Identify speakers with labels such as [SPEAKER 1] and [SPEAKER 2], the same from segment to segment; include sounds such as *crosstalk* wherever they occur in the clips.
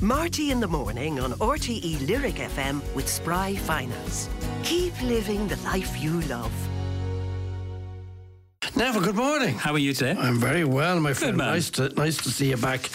[SPEAKER 1] Marty in the morning on RTE Lyric FM with Spry Finance. Keep living the life you love.
[SPEAKER 2] Neville, good morning.
[SPEAKER 3] How are you today?
[SPEAKER 2] I'm very well, my friend.
[SPEAKER 3] man.
[SPEAKER 2] Nice to nice to see you back.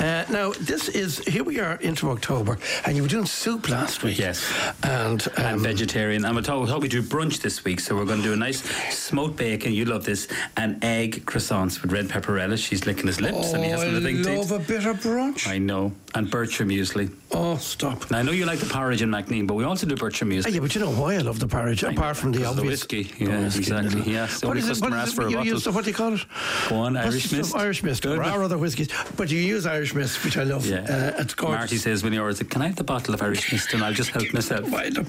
[SPEAKER 2] Uh, now, this is here we are into October, and you were doing soup last week.
[SPEAKER 3] Yes.
[SPEAKER 2] and
[SPEAKER 3] I'm
[SPEAKER 2] um,
[SPEAKER 3] vegetarian. I'm thought, thought we do brunch this week, so we're going to do a nice smoked bacon. You love this, and egg croissants with red pepper relish. She's licking his lips,
[SPEAKER 2] oh,
[SPEAKER 3] and he has
[SPEAKER 2] I
[SPEAKER 3] little big
[SPEAKER 2] love
[SPEAKER 3] teeth.
[SPEAKER 2] a bit of brunch.
[SPEAKER 3] I know, and Berkshire muesli.
[SPEAKER 2] oh, stop.
[SPEAKER 3] Now I know you like the porridge and macneen, but we also do Berkshire
[SPEAKER 2] Ah,
[SPEAKER 3] muesli.
[SPEAKER 2] yeah, but you know why I love the porridge, apart from the
[SPEAKER 3] because of the
[SPEAKER 2] obvious
[SPEAKER 3] whiskey.
[SPEAKER 2] the
[SPEAKER 3] Yeah,
[SPEAKER 2] whiskey,
[SPEAKER 3] exactly.
[SPEAKER 2] isn't it?
[SPEAKER 3] Yeah, so
[SPEAKER 2] what
[SPEAKER 3] we
[SPEAKER 2] is it? What
[SPEAKER 3] customer
[SPEAKER 2] is
[SPEAKER 3] asked
[SPEAKER 2] it?
[SPEAKER 3] for a
[SPEAKER 2] you
[SPEAKER 3] bottle.
[SPEAKER 2] use the, what do you call it?
[SPEAKER 3] Go on,
[SPEAKER 2] What's
[SPEAKER 3] Irish
[SPEAKER 2] the
[SPEAKER 3] mist.
[SPEAKER 2] stuff? Irish mist,
[SPEAKER 3] Good.
[SPEAKER 2] or other whiskeys, but you use Irish mist, which I love.
[SPEAKER 3] Yeah.
[SPEAKER 2] uh, it's gorgeous.
[SPEAKER 3] Marty says when he orders it, can I have the bottle of Irish mist? And I'll just help
[SPEAKER 2] *laughs*
[SPEAKER 3] myself.
[SPEAKER 2] mind him,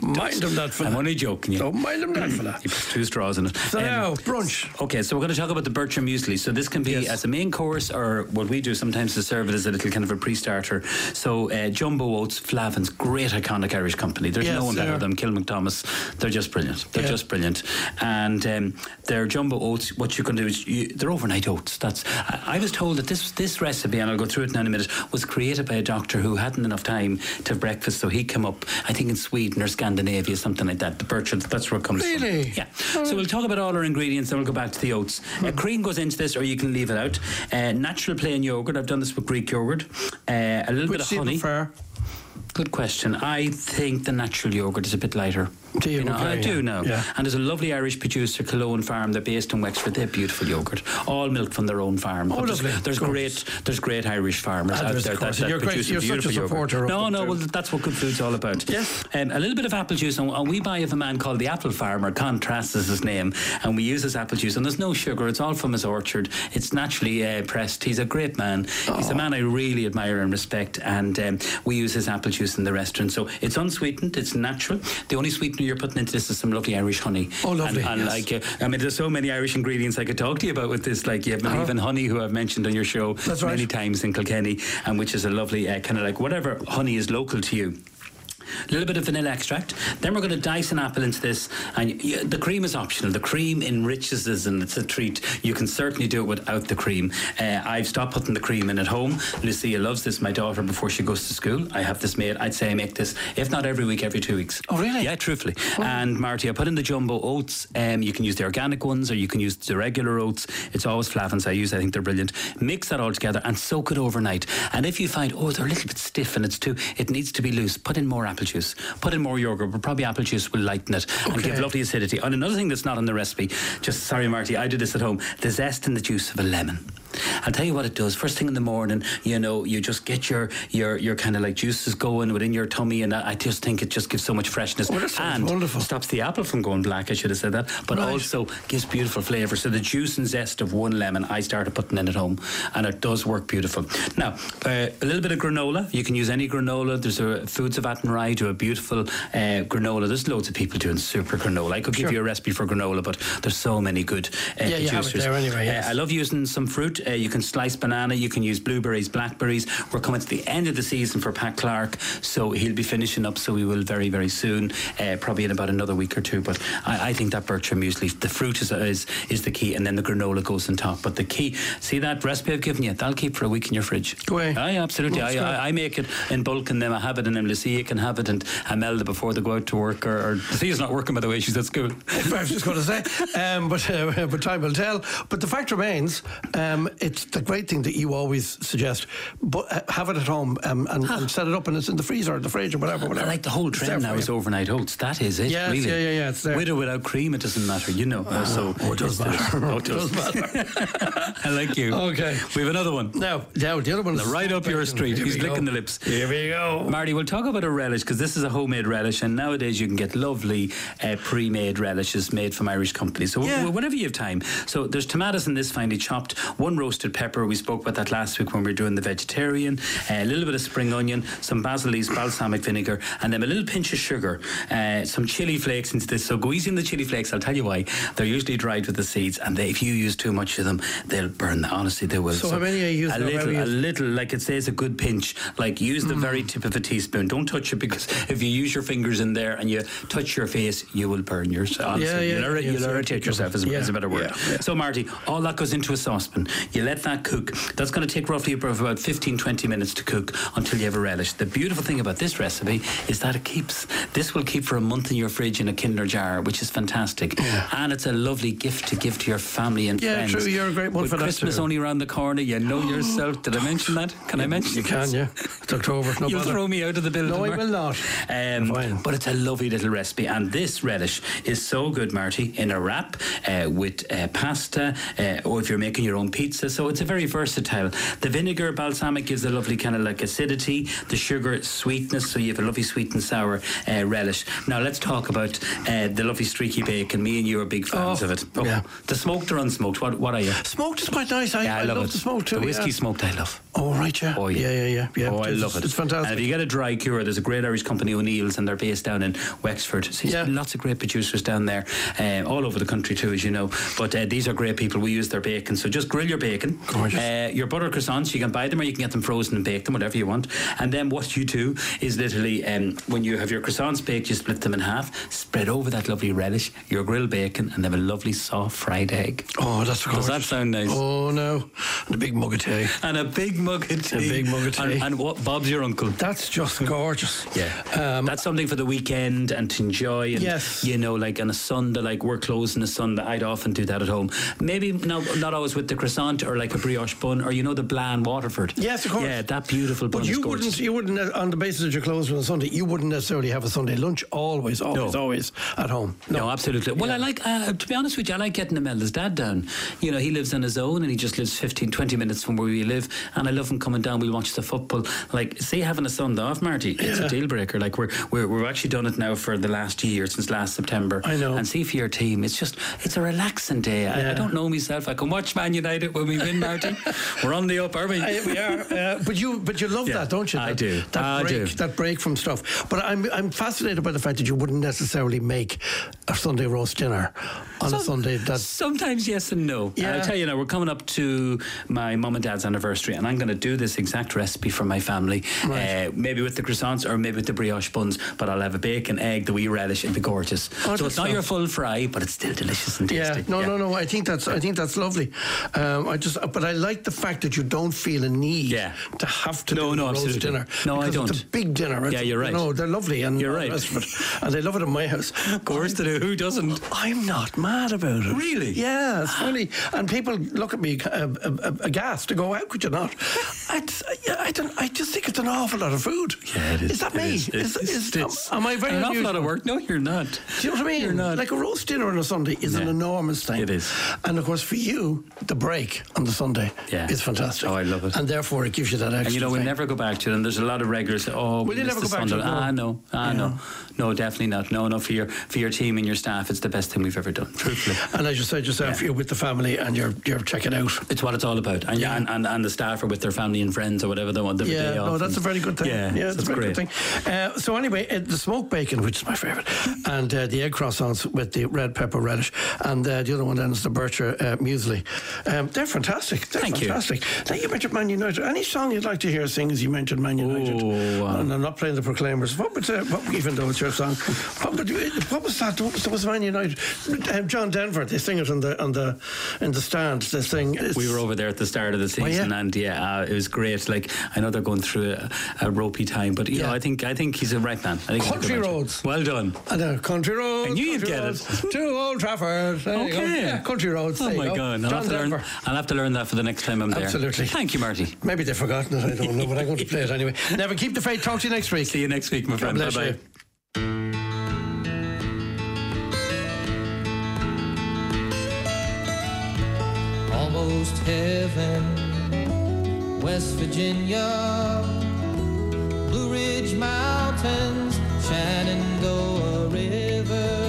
[SPEAKER 2] mind him that for
[SPEAKER 3] I'm
[SPEAKER 2] that.
[SPEAKER 3] only joking. You.
[SPEAKER 2] Don't mind him that for
[SPEAKER 3] *clears throat*
[SPEAKER 2] that.
[SPEAKER 3] He puts two straws in it. Um,
[SPEAKER 2] So now, brunch.
[SPEAKER 3] Okay, so we're going to talk about the Bertram muesli. So this can be as a main course, or what we do sometimes to serve it as a little kind of a pre-starter. So uh, Jumbo Oats, Flavin's, great iconic Irish company. There's
[SPEAKER 2] Yes,
[SPEAKER 3] no one
[SPEAKER 2] they are.
[SPEAKER 3] better than Kill McThomas. They're just brilliant. They're
[SPEAKER 2] Yeah.
[SPEAKER 3] just brilliant. And um, their Jumbo Oats, what you can do is you, they're overnight oats. That's I, I was told that this this recipe, and I'll go through it now in a minute, was created by a doctor who hadn't enough time to have breakfast, so he came up, I think in Sweden or Scandinavia, something like that. The Bertram, that's where it comes from.
[SPEAKER 2] Really?
[SPEAKER 3] Yeah. So we'll talk about all our ingredients, then we'll go back to the oats. Uh, cream goes into this, or you can leave it out. Uh, natural plain yogurt. I've done this with Greek yogurt. Uh, a little bit
[SPEAKER 2] Which
[SPEAKER 3] of
[SPEAKER 2] do you
[SPEAKER 3] honey.
[SPEAKER 2] prefer?
[SPEAKER 3] Good question. I think the natural yogurt is a bit lighter.
[SPEAKER 2] Do you?
[SPEAKER 3] know,
[SPEAKER 2] Okay,
[SPEAKER 3] I
[SPEAKER 2] yeah.
[SPEAKER 3] do now.
[SPEAKER 2] Yeah.
[SPEAKER 3] And there's a lovely Irish producer, Cologne Farm. They're based in Wexford. They have beautiful yogurt, all milk from their own farm. But there's-
[SPEAKER 2] Oh, lovely.
[SPEAKER 3] There's,
[SPEAKER 2] Of course.
[SPEAKER 3] great, there's great Irish farmers
[SPEAKER 2] Ah,
[SPEAKER 3] out
[SPEAKER 2] there's,
[SPEAKER 3] there
[SPEAKER 2] of course.
[SPEAKER 3] that, that
[SPEAKER 2] You're great-
[SPEAKER 3] produce
[SPEAKER 2] you're such a
[SPEAKER 3] beautiful yogurt.
[SPEAKER 2] supporter of
[SPEAKER 3] No,
[SPEAKER 2] them
[SPEAKER 3] no.
[SPEAKER 2] too.
[SPEAKER 3] Well, that's what good food's all about.
[SPEAKER 2] Yes.
[SPEAKER 3] Um, a little bit of apple juice, and, and we buy of a man called the Apple Farmer. Contrast is his name, and we use his apple juice. And there's no sugar. It's all from his orchard. It's naturally uh, pressed. He's a great man.
[SPEAKER 2] Oh.
[SPEAKER 3] He's a man I really admire and respect. And um, we use his apple juice in the restaurant. So it's unsweetened. It's natural. The only sweetener you're putting into this is some lovely Irish honey.
[SPEAKER 2] Oh, lovely,
[SPEAKER 3] And, and
[SPEAKER 2] yes.
[SPEAKER 3] like, uh, I mean, there's so many Irish ingredients I could talk to you about with this. Like, you have even honey, who I've mentioned on your show
[SPEAKER 2] Uh-huh. That's right.
[SPEAKER 3] many times in Kilkenny, and which is a lovely uh, kind of like whatever honey is local to you. A little bit of vanilla extract. Then we're going to dice an apple into this, and y y- the cream is optional. The cream enriches this, and it's a treat. You can certainly do it without the cream. Uh, I've stopped putting the cream in at home. Lucia loves this. My daughter, before she goes to school, I have this made. I'd say I make this, if not every week, every two weeks.
[SPEAKER 2] Oh, really?
[SPEAKER 3] Yeah, truthfully. And Marty, I put in the jumbo oats. Um, you can use the organic ones, or you can use the regular oats. It's always Flavins I use. I think they're brilliant. Mix that all together and soak it overnight. And if you find oh they're a little bit stiff and it's too, it needs to be loose. Put in more apple juice. Put in more yogurt, but probably apple juice will lighten it and give
[SPEAKER 2] Okay.
[SPEAKER 3] lovely acidity. And another thing that's not on the recipe, just sorry, Marty, I did this at home. The zest and the juice of a lemon. I'll tell you what it does. First thing in the morning, you know, you just get your your your kind of like juices going within your tummy, and I I just think it just gives so much freshness
[SPEAKER 2] Oh, that sounds
[SPEAKER 3] and
[SPEAKER 2] wonderful.
[SPEAKER 3] stops the apple from going black. I should have said that, but
[SPEAKER 2] Right.
[SPEAKER 3] also gives beautiful flavour. So the juice and zest of one lemon, I started putting in at home, and it does work beautiful. Now uh, a little bit of granola. You can use any granola. There's a Foods of Attenry do a beautiful uh, granola. There's loads of people doing super granola. I could give you a recipe for granola, but there's so many good uh,
[SPEAKER 2] Yeah, you have it
[SPEAKER 3] juicers.
[SPEAKER 2] there anyway,
[SPEAKER 3] Uh,
[SPEAKER 2] yes.
[SPEAKER 3] I love using some fruit. Uh, you can slice banana, you can use blueberries, blackberries. We're coming to the end of the season for Pat Clark, so he'll be finishing up, so we will very, very soon, uh, probably in about another week or two. But I, I think that Bertram muesli, the fruit is, is is the key, and then the granola goes on top. But the key, see that recipe I've given you, that'll keep for a week in your fridge.
[SPEAKER 2] Go away.
[SPEAKER 3] Aye, absolutely.
[SPEAKER 2] That's
[SPEAKER 3] I,
[SPEAKER 2] good.
[SPEAKER 3] I, I make it in bulk, and then I have it, and then Lucia can have it, and Imelda before they go out to work. Or, or Lucia's not working, by the way, she's at school.
[SPEAKER 2] *laughs* I was just going to say, um, but uh, but time will tell. But the fact remains, um, it's the great thing that you always suggest. But uh, have it at home um, and, and set it up, and it's in the freezer, or the fridge, or whatever.
[SPEAKER 3] I
[SPEAKER 2] whatever.
[SPEAKER 3] like the whole
[SPEAKER 2] It's there
[SPEAKER 3] trend now
[SPEAKER 2] for
[SPEAKER 3] is
[SPEAKER 2] you.
[SPEAKER 3] overnight oats. That is it.
[SPEAKER 2] Yes,
[SPEAKER 3] really.
[SPEAKER 2] yeah, yeah, yeah, it's there.
[SPEAKER 3] With or without cream, it doesn't matter. You know. so
[SPEAKER 2] oh, it does Oh.
[SPEAKER 3] it's there.
[SPEAKER 2] matter.
[SPEAKER 3] Oh,
[SPEAKER 2] It does
[SPEAKER 3] matter. *laughs* I like you.
[SPEAKER 2] Okay.
[SPEAKER 3] We have another one.
[SPEAKER 2] Now, now the other one is
[SPEAKER 3] Right up your street.
[SPEAKER 2] Here
[SPEAKER 3] He's
[SPEAKER 2] we go.
[SPEAKER 3] licking the lips.
[SPEAKER 2] Here we go.
[SPEAKER 3] Marty, we'll talk about a relish because this is a homemade relish, and nowadays you can get lovely uh, pre-made relishes made from Irish companies. So
[SPEAKER 2] Yeah.
[SPEAKER 3] wh- whenever you have time. So there's tomatoes in this finely chopped, one roasted pepper. We spoke about that last week when we were doing the vegetarian. uh, a little bit of spring onion, some basil leaves, balsamic vinegar, and then a little pinch of sugar. Uh, some chili flakes into this. So go easy on the chili flakes. I'll tell you why. They're usually dried with the seeds, and they, if you use too much of them, they'll burn. Them. Honestly, they will.
[SPEAKER 2] So how many are you
[SPEAKER 3] A
[SPEAKER 2] using? Hmm. How
[SPEAKER 3] little,
[SPEAKER 2] many
[SPEAKER 3] a
[SPEAKER 2] is-
[SPEAKER 3] little, like it says, a good pinch. Like use the very tip of a teaspoon. Don't touch it because if you use your fingers in there and you touch your face, you will burn yourself.
[SPEAKER 2] Yeah, yeah,
[SPEAKER 3] you'll, irri-
[SPEAKER 2] yeah,
[SPEAKER 3] you'll
[SPEAKER 2] so
[SPEAKER 3] irritate yourself. Is,
[SPEAKER 2] yeah,
[SPEAKER 3] is a better word.
[SPEAKER 2] yeah, yeah.
[SPEAKER 3] So Marty, all that goes into a saucepan. You let that cook. That's going to take roughly about 15, 20 minutes to cook until you have a relish. The beautiful thing about this recipe is that it keeps. This will keep for a month in your fridge in a Kinder jar, which is fantastic. And it's a lovely gift to give to your family and
[SPEAKER 2] Yeah,
[SPEAKER 3] friends.
[SPEAKER 2] true, you're a great one
[SPEAKER 3] With
[SPEAKER 2] for that
[SPEAKER 3] Christmas
[SPEAKER 2] too.
[SPEAKER 3] only around the corner,
[SPEAKER 2] *gasps*
[SPEAKER 3] you know yourself. Did I mention that? Can I mention
[SPEAKER 2] You can,
[SPEAKER 3] this?
[SPEAKER 2] yeah. It's October. No
[SPEAKER 3] You'll
[SPEAKER 2] bother.
[SPEAKER 3] throw me out of the building.
[SPEAKER 2] No, I
[SPEAKER 3] Mark.
[SPEAKER 2] will not. Fine.
[SPEAKER 3] Um, but it's a lovely little recipe, and this relish is so good, Marty, in a wrap uh, with uh, pasta, uh, or if you're making your own pizza. So it's a very versatile. The vinegar balsamic gives a lovely kind of like acidity. The sugar sweetness, so you have a lovely sweet and sour uh, relish. Now let's talk about uh, the lovely streaky bacon. Me and you are big fans
[SPEAKER 2] Oh,
[SPEAKER 3] of it. Oh,
[SPEAKER 2] yeah.
[SPEAKER 3] The smoked or unsmoked? What What are you?
[SPEAKER 2] Smoked is quite nice. I, I love,
[SPEAKER 3] it.
[SPEAKER 2] the smoke too.
[SPEAKER 3] The whiskey
[SPEAKER 2] yeah.
[SPEAKER 3] smoked, I love.
[SPEAKER 2] Oh, right, yeah.
[SPEAKER 3] Oh yeah,
[SPEAKER 2] yeah, yeah, yeah. yeah.
[SPEAKER 3] Oh, I
[SPEAKER 2] It's-
[SPEAKER 3] love it.
[SPEAKER 2] It's
[SPEAKER 3] And
[SPEAKER 2] fantastic.
[SPEAKER 3] if you get a dry cure, there's a great Irish company, O'Neill's, and they're based down in Wexford. So there's
[SPEAKER 2] Yeah.
[SPEAKER 3] lots of great producers down there, uh, all over the country too, as you know. But uh, these are great people. We use their bacon, so just grill your bacon.
[SPEAKER 2] Gorgeous.
[SPEAKER 3] Uh, your butter croissants, you can buy them or you can get them frozen and bake them, whatever you want. And then what you do is literally, um, when you have your croissants baked, you split them in half, spread over that lovely relish, your grilled bacon, and have a lovely soft fried egg.
[SPEAKER 2] Oh, that's gorgeous.
[SPEAKER 3] that sound nice?
[SPEAKER 2] Oh, no. And a big mug of tea.
[SPEAKER 3] And a big mug of tea.
[SPEAKER 2] big mug of tea.
[SPEAKER 3] And, and what, Bob's your uncle.
[SPEAKER 2] That's just gorgeous.
[SPEAKER 3] Hmm. Yeah,
[SPEAKER 2] Um,
[SPEAKER 3] that's something for the weekend and to enjoy. And,
[SPEAKER 2] Yes.
[SPEAKER 3] you know, like on a Sunday, like we're closing a Sunday. I'd often do that at home. Maybe no, not always with the croissant or like a brioche bun or you know the bland Waterford.
[SPEAKER 2] Yes, of course.
[SPEAKER 3] Yeah, that beautiful bun.
[SPEAKER 2] But
[SPEAKER 3] is
[SPEAKER 2] you
[SPEAKER 3] gorgeous.
[SPEAKER 2] wouldn't, you wouldn't, uh, on the basis that you're closed on a Sunday, you wouldn't necessarily have a Sunday lunch always, always,
[SPEAKER 3] No.
[SPEAKER 2] always at home.
[SPEAKER 3] No, absolutely. Well, I like, uh, to be honest with you, I like getting Imelda's dad down. You know, he lives on his own and he just lives 15, 20 minutes from where we live. And I love him coming down. We watch the football. Like, say, having a Sunday off, Marty, it's a deal breaker. Like, we're, we're, we've actually done it now for the last year, since last September.
[SPEAKER 2] I know.
[SPEAKER 3] And see for your team, it's just, it's a relaxing day. I, I
[SPEAKER 2] Yeah.
[SPEAKER 3] don't know myself. I can watch Man United when we win,
[SPEAKER 2] *laughs*
[SPEAKER 3] Marty. we're on the up, are we?
[SPEAKER 2] Uh, we are, uh, but you, but you love
[SPEAKER 3] Yeah,
[SPEAKER 2] that, don't you?
[SPEAKER 3] I
[SPEAKER 2] That-
[SPEAKER 3] do.
[SPEAKER 2] That
[SPEAKER 3] I
[SPEAKER 2] break,
[SPEAKER 3] do.
[SPEAKER 2] that break from stuff. But I'm, I'm fascinated by the fact that you wouldn't necessarily make a Sunday roast dinner on a
[SPEAKER 3] Some-
[SPEAKER 2] Sunday. That's
[SPEAKER 3] sometimes yes and no. And I'll
[SPEAKER 2] Yeah.
[SPEAKER 3] tell you now, we're coming up to my mum and dad's anniversary, and I'm going to do this exact recipe for my family.
[SPEAKER 2] Right.
[SPEAKER 3] Uh, maybe with the croissants or maybe with the brioche buns, but I'll have a bacon, egg, the wee relish, it'll be gorgeous.
[SPEAKER 2] Oh,
[SPEAKER 3] so
[SPEAKER 2] that
[SPEAKER 3] it's not
[SPEAKER 2] sounds-
[SPEAKER 3] your full fry, but it's still delicious and tasty.
[SPEAKER 2] Yeah, no, no, no. I think that's I think that's lovely. Um, I just, but I like the fact that you don't feel a need
[SPEAKER 3] Yeah.
[SPEAKER 2] to have to
[SPEAKER 3] No,
[SPEAKER 2] do
[SPEAKER 3] no,
[SPEAKER 2] a roast
[SPEAKER 3] absolutely.
[SPEAKER 2] dinner.
[SPEAKER 3] No, I
[SPEAKER 2] because It's a
[SPEAKER 3] don't.
[SPEAKER 2] big dinner. It's-
[SPEAKER 3] Yeah, you're right.
[SPEAKER 2] No, they're lovely, and
[SPEAKER 3] You're
[SPEAKER 2] all the
[SPEAKER 3] right.
[SPEAKER 2] rest of it. and they love it in my house.
[SPEAKER 3] Of course, they do. Who doesn't?
[SPEAKER 2] I'm not mad about it.
[SPEAKER 3] Really?
[SPEAKER 2] Yeah, it's funny. And people look at me uh, uh, uh, aghast to go, how could you
[SPEAKER 3] *laughs*
[SPEAKER 2] not? I, I, don't, I just think it's an awful lot of food.
[SPEAKER 3] Yeah, it is.
[SPEAKER 2] Is that
[SPEAKER 3] It
[SPEAKER 2] me?
[SPEAKER 3] is. It
[SPEAKER 2] Is-
[SPEAKER 3] is.
[SPEAKER 2] is-
[SPEAKER 3] It's-
[SPEAKER 2] am I very
[SPEAKER 3] an awful
[SPEAKER 2] unusual?
[SPEAKER 3] lot of work? No, you're not.
[SPEAKER 2] Do you know what I mean?
[SPEAKER 3] You're not.
[SPEAKER 2] Like a roast dinner on a Sunday is an
[SPEAKER 3] Yeah.
[SPEAKER 2] enormous thing.
[SPEAKER 3] It is.
[SPEAKER 2] And of course, for you, the break on the Sunday
[SPEAKER 3] Yeah.
[SPEAKER 2] is fantastic.
[SPEAKER 3] Oh, I love it.
[SPEAKER 2] And therefore, it gives you that extra.
[SPEAKER 3] And you know, we
[SPEAKER 2] thing.
[SPEAKER 3] never go back to it. And there's a lot of regulars. That, oh, we
[SPEAKER 2] Will you
[SPEAKER 3] missed
[SPEAKER 2] never
[SPEAKER 3] the
[SPEAKER 2] go back to
[SPEAKER 3] Sunderland."
[SPEAKER 2] it, no?
[SPEAKER 3] Ah, no, ah, no, no, definitely not. No, no, for your for your team and your staff, it's the best thing we've ever done. Truthfully.
[SPEAKER 2] And as you said yourself,
[SPEAKER 3] Yeah.
[SPEAKER 2] you're with the family and you're you're checking out.
[SPEAKER 3] It's what it's all about, and,
[SPEAKER 2] Yeah.
[SPEAKER 3] and, and and the staff are with their family and friends or whatever they want. Their
[SPEAKER 2] Yeah,
[SPEAKER 3] day off
[SPEAKER 2] no, that's a
[SPEAKER 3] and-
[SPEAKER 2] very good thing.
[SPEAKER 3] Yeah,
[SPEAKER 2] it's a
[SPEAKER 3] that's
[SPEAKER 2] very
[SPEAKER 3] great.
[SPEAKER 2] good thing. Uh, so anyway, uh, the smoked bacon, which is my favourite, and uh, the egg croissants with the red pepper reddish, and uh, the other one then is the bircher uh, muesli. Um, they're fantastic. They're
[SPEAKER 3] Thank you.
[SPEAKER 2] fantastic. Now you mentioned Man United. Any song you'd like to hear sing as you mentioned Man United?
[SPEAKER 3] Oh, wow.
[SPEAKER 2] And I'm not playing the Proclaimers. What was uh, what, even though it's your song? What, would you- what was that? What was, what was Man United? Um, John Denver. They sing it on the on the in the stand. They sing. it's-
[SPEAKER 3] We were over there at the start of the
[SPEAKER 2] Oh, yeah?
[SPEAKER 3] season, and yeah, uh, it was great. Like I know they're going through a, a ropey time, but you
[SPEAKER 2] Yeah.
[SPEAKER 3] know, I think I think he's a right man. I think he's a good
[SPEAKER 2] Country
[SPEAKER 3] manager.
[SPEAKER 2] roads.
[SPEAKER 3] Well done.
[SPEAKER 2] And uh, country roads.
[SPEAKER 3] I knew you'd
[SPEAKER 2] country
[SPEAKER 3] get it.
[SPEAKER 2] roads, To Old Trafford. There you go.
[SPEAKER 3] okay.
[SPEAKER 2] Yeah, country roads.
[SPEAKER 3] Oh
[SPEAKER 2] there you
[SPEAKER 3] my
[SPEAKER 2] go.
[SPEAKER 3] god! I'll
[SPEAKER 2] John
[SPEAKER 3] have, to learn,
[SPEAKER 2] Denver.
[SPEAKER 3] I'll have to learn that for the next time I'm there.
[SPEAKER 2] Absolutely.
[SPEAKER 3] Thank you, Marty.
[SPEAKER 2] Maybe they've forgotten it. I don't know, but I'm going to play it anyway. Never keep the faith. Talk to you next week.
[SPEAKER 3] See you next week, my
[SPEAKER 2] God
[SPEAKER 3] friend.
[SPEAKER 2] bless
[SPEAKER 3] bye
[SPEAKER 2] you.
[SPEAKER 3] bye.
[SPEAKER 4] almost heaven. West Virginia, Blue Ridge Mountains, Shenandoah River.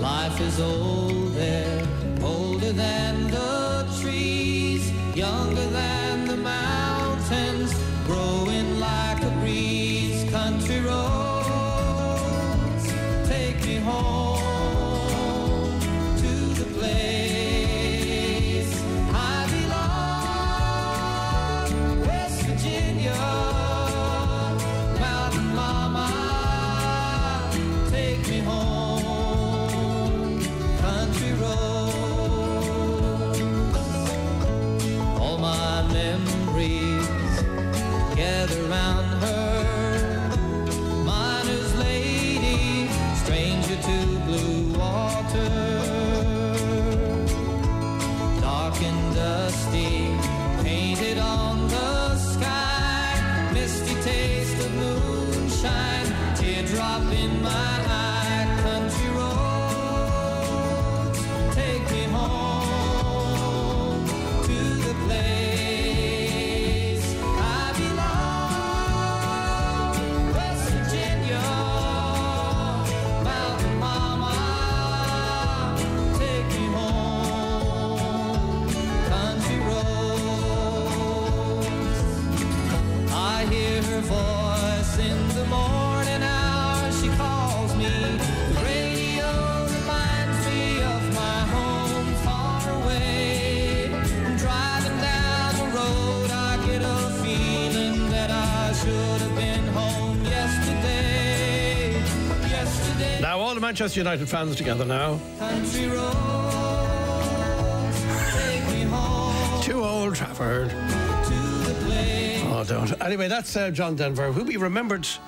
[SPEAKER 4] Life is old there, older than the trees, younger than the mountains, growing like a breeze. Country roads, take me home to the place I belong. West Virginia, Mountain Mama, take me home. Country road. shade on the sky, misty taste of moonshine, teardrop in my eye, country roads, take me home to the place I belong, West Virginia, mountain mama, take me home, country roads. I hear her voice in the morning hour. She calls me. The radio reminds me of my home far away. Driving down the road, I get a feeling that I should have been home yesterday. Yesterday,
[SPEAKER 2] Now, all the Manchester United fans together now.
[SPEAKER 4] country roads take me home
[SPEAKER 2] Two Old Trafford.
[SPEAKER 4] to the place.
[SPEAKER 2] Oh, don't. Anyway, that's uh, John Denver, who we remembered